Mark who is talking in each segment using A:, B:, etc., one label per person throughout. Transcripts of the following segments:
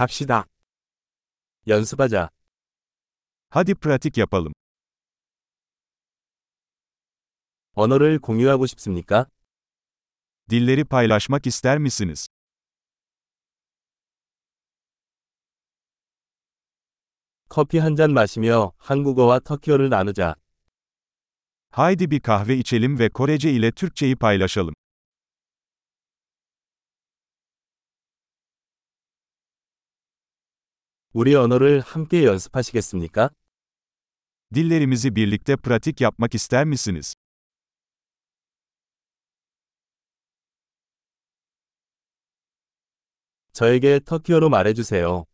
A: 갑시다. 연습하자.
B: Hadi pratik yapalım.
A: 언어를 공유하고 싶습니까?
B: Dilleri paylaşmak ister misiniz?
A: 커피 한 잔 마시며 한국어와 터키어를 나누자.
B: Haydi bir kahve içelim ve Korece ile Türkçeyi paylaşalım.
A: 우리 언어를 함께 연습하시겠습니까?
B: Dillerimizi birlikte pratik yapmak ister misiniz?
A: 저에게 터키어로 말해주세요.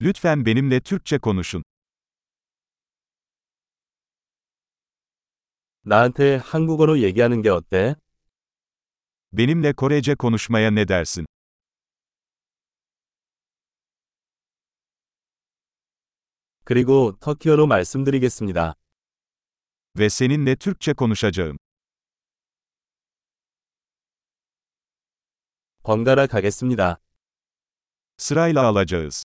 B: Lütfen benimle Türkçe konuşun.
A: 나한테 한국어로 얘기하는 게 어때?
B: Benimle Korece konuşmaya ne dersin?
A: 그리고 터키어로 말씀드리겠습니다.
B: Ve seninle Türkçe konuşacağım.
A: 번갈아 가겠습니다.
B: Sırayla alacağız.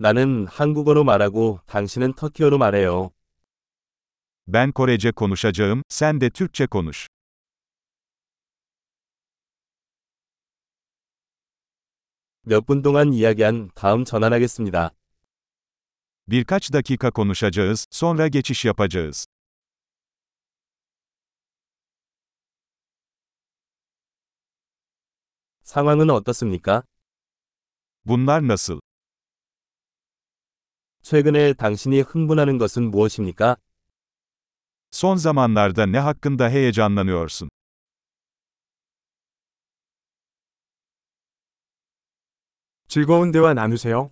A: 나는 한국어로 말하고 당신은 터키어로 말해요.
B: Ben Korece konuşacağım, sen de Türkçe konuş.
A: 몇 분 동안 이야기한 다음 전환하겠습니다.
B: Birkaç dakika konuşacağız, sonra geçiş yapacağız.
A: 상황은 어떻습니까?
B: Bunlar nasıl?
A: 최근에 당신이 흥분하는 것은 무엇입니까?
B: Son zamanlarda ne hakkında heyecanlanıyorsun?
C: 즐거운 대화 나누세요.